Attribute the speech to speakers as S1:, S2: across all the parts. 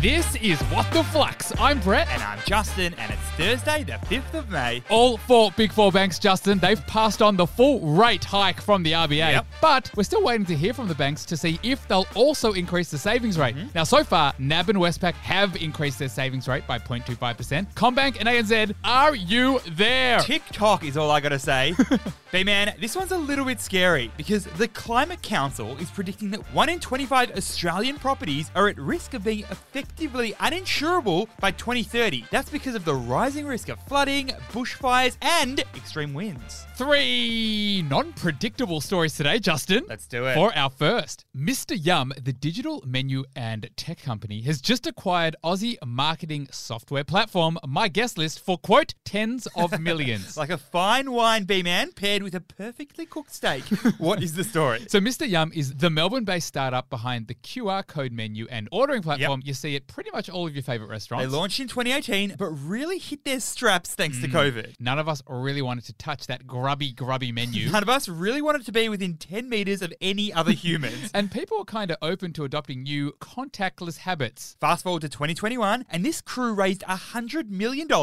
S1: This is What the Flux. I'm Brett.
S2: And I'm Justin, and it's Thursday, the 5th of May.
S1: All four Big Four banks, Justin, they've passed on the full rate hike from the RBA.
S2: Yep.
S1: But we're still waiting to hear from the banks to see if they'll also increase the savings rate.
S2: Mm-hmm.
S1: Now, so far, NAB and Westpac have increased their savings rate by 0.25%. Combank and ANZ, are you there?
S2: TikTok is all I gotta say. B man, this one's a little bit scary because the Climate Council is predicting that 1 in 25 Australian properties are at risk of being effectively uninsurable by 2030. That's because of the rising risk of flooding, bushfires, and extreme winds.
S1: Three non predictable stories today, Justin.
S2: Let's do it.
S1: For our first, Mr. Yum, the digital menu and tech company, has just acquired Aussie marketing software platform My Guest List for quote tens of millions.
S2: Like a fine wine, B man, paired with a perfectly cooked steak. what is the story?
S1: So, Mr. Yum is the Melbourne based startup behind the QR code menu and ordering platform. You see it pretty much all of your favorite restaurants.
S2: They launched in 2018, but really hit their straps thanks to COVID.
S1: None of us really wanted to touch that grubby, grubby menu.
S2: None of us really wanted to be within 10 meters of any other humans.
S1: and people were kind of open to adopting new contactless habits.
S2: Fast forward to 2021, and this crew raised $100 million, got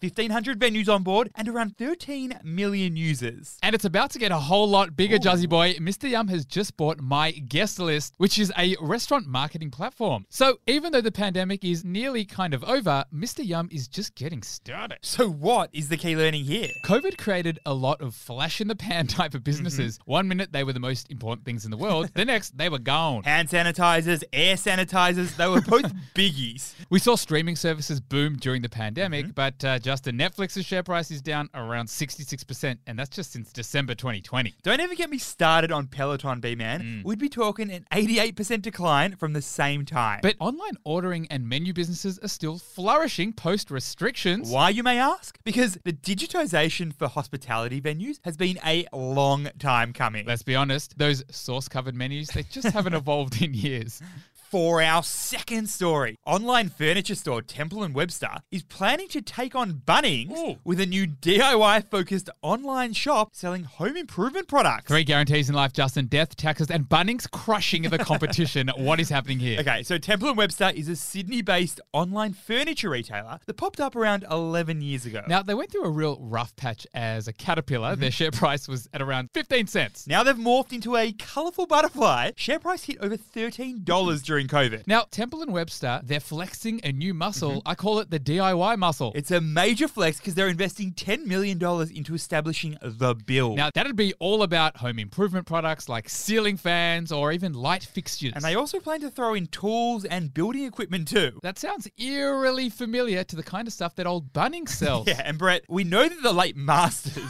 S2: 1,500 venues on board, and around 13 million users.
S1: And it's about to get a whole lot bigger, Juzzy Boy. Mr. Yum has just bought My Guest List, which is a restaurant marketing platform. So even though the pandemic is nearly kind of over, Mr. Yum is just getting started.
S2: So, what is the key learning here?
S1: COVID created a lot of flash in the pan type of businesses. One minute they were the most important things in the world, the next they were gone.
S2: Hand sanitizers, air sanitizers, they were both biggies.
S1: We saw streaming services boom during the pandemic, but uh, Justin, Netflix's share price is down around 66%, and that's just since December 2020.
S2: Don't ever get me started on Peloton, B man. We'd be talking an 88% decline from the same time.
S1: But online ordering and menu businesses are still flourishing post restrictions.
S2: Why, you may ask? Because the digitization for hospitality venues has been a long time coming.
S1: Let's be honest, those sauce covered menus, they just haven't evolved in years.
S2: For our second story, online furniture store Temple and Webster is planning to take on Bunnings
S1: Ooh.
S2: with a new DIY focused online shop selling home improvement products.
S1: Three guarantees in life, Justin death, taxes, and Bunnings crushing the competition. what is happening here?
S2: Okay, so Temple and Webster is a Sydney-based online furniture retailer that popped up around 11 years ago.
S1: Now, they went through a real rough patch as a caterpillar.
S2: Mm-hmm.
S1: Their share price was at around 15 cents.
S2: Now they've morphed into a colourful butterfly. Share price hit over $13 during COVID.
S1: Now, Temple and Webster, they're flexing a new muscle. I call it the DIY muscle.
S2: Mm-hmm. It's a major flex because they're investing $10 million into establishing The Bill.
S1: now, that'd be all about home improvement products like ceiling fans or even light fixtures.
S2: and they also plan to throw in tools and building equipment too.
S1: That sounds eerily familiar to the kind of stuff that old Bunnings sells.
S2: Yeah, and Brett, we know that the late masters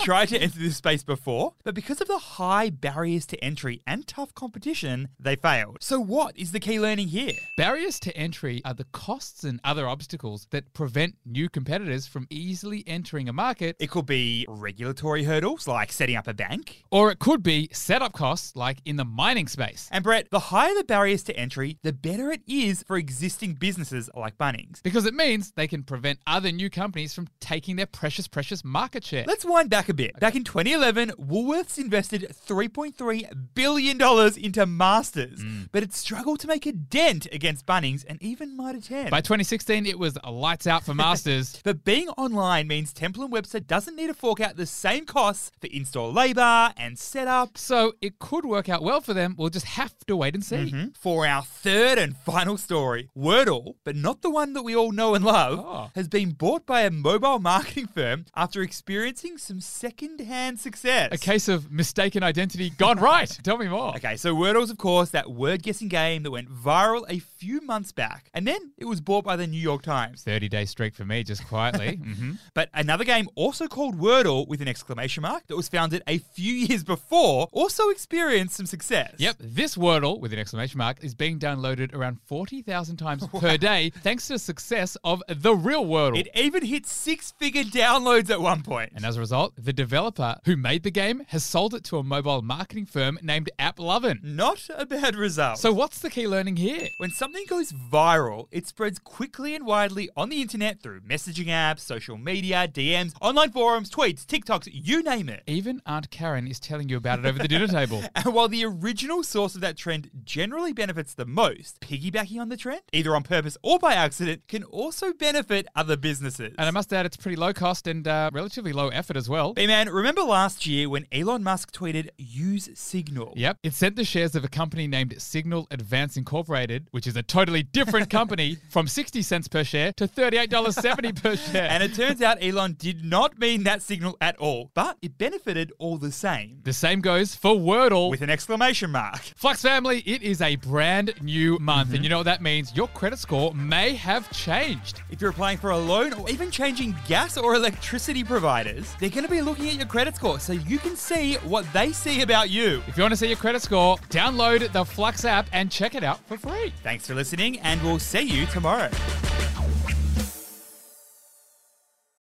S2: tried to enter this space before, but because of the high barriers to entry and tough competition, they failed. So, what is the key learning here?
S1: Barriers to entry are the costs and other obstacles that prevent new competitors from easily entering a market,
S2: It could be regulatory hurdles like setting up a bank.
S1: or it could be setup costs like in the mining space.
S2: And Brett, the higher the barriers to entry, the better it is for existing businesses like Bunnings.
S1: Because it means they can prevent other new companies from taking their precious, precious market share.
S2: Let's wind back a bit. Back in 2011, Woolworths invested $3.3 billion into Masters, but it struggled to make a dent against Bunnings and even Mitre 10.
S1: By 2016, it was lights out for Masters.
S2: but being online means Temple and Webster doesn't need to fork out the same costs for in-store labor and setup.
S1: So it could work out well for them. We'll just have to wait and see.
S2: For our third and final story, Wordle, but not the one that we all know and love,
S1: Oh.
S2: has been bought by a mobile marketing firm after experiencing some second-hand success.
S1: A case of mistaken identity gone right. Tell me more.
S2: Okay, so Wordle's, of course, that word guessing game that went viral a few months back, and then it was bought by the New York Times.
S1: 30 day streak for me, just quietly. hmm
S2: But another game, also called Wordle with an exclamation mark, that was founded a few years before, also experienced some success.
S1: Yep, this Wordle with an exclamation mark is being downloaded around 40,000 times per day thanks to the success of the real Wordle.
S2: It even hit six figure downloads at one point.
S1: and as a result, the developer who made the game has sold it to a mobile marketing firm named AppLovin.
S2: Not a bad result.
S1: So, what's the key be learning here?
S2: When something goes viral, it spreads quickly and widely on the internet through messaging apps, social media, DMs, online forums, tweets, TikToks, you name it.
S1: Even Aunt Karen is telling you about it over the dinner table.
S2: And while the original source of that trend generally benefits the most, piggybacking on the trend, either on purpose or by accident, can also benefit other businesses.
S1: And I must add, it's pretty low cost and uh, relatively low effort as well.
S2: Hey man, remember last year when Elon Musk tweeted use Signal?
S1: Yep. It sent the shares of a company named Signal Advance Incorporated, which is a totally different company, from 60 cents per share to $38.70 per share.
S2: And it turns out Elon did not mean that signal at all, but it benefited all the same.
S1: the same goes for Wordle.
S2: With an exclamation mark.
S1: Flux family, it is a brand new month, and you know what that means? Your credit score may have changed.
S2: If you're applying for a loan or even changing gas or electricity providers, they're going to be looking at your credit score so you can see what they see about you.
S1: If you want to see your credit score, download the Flux app and check it out for free.
S2: Thanks for listening, and we'll see you tomorrow.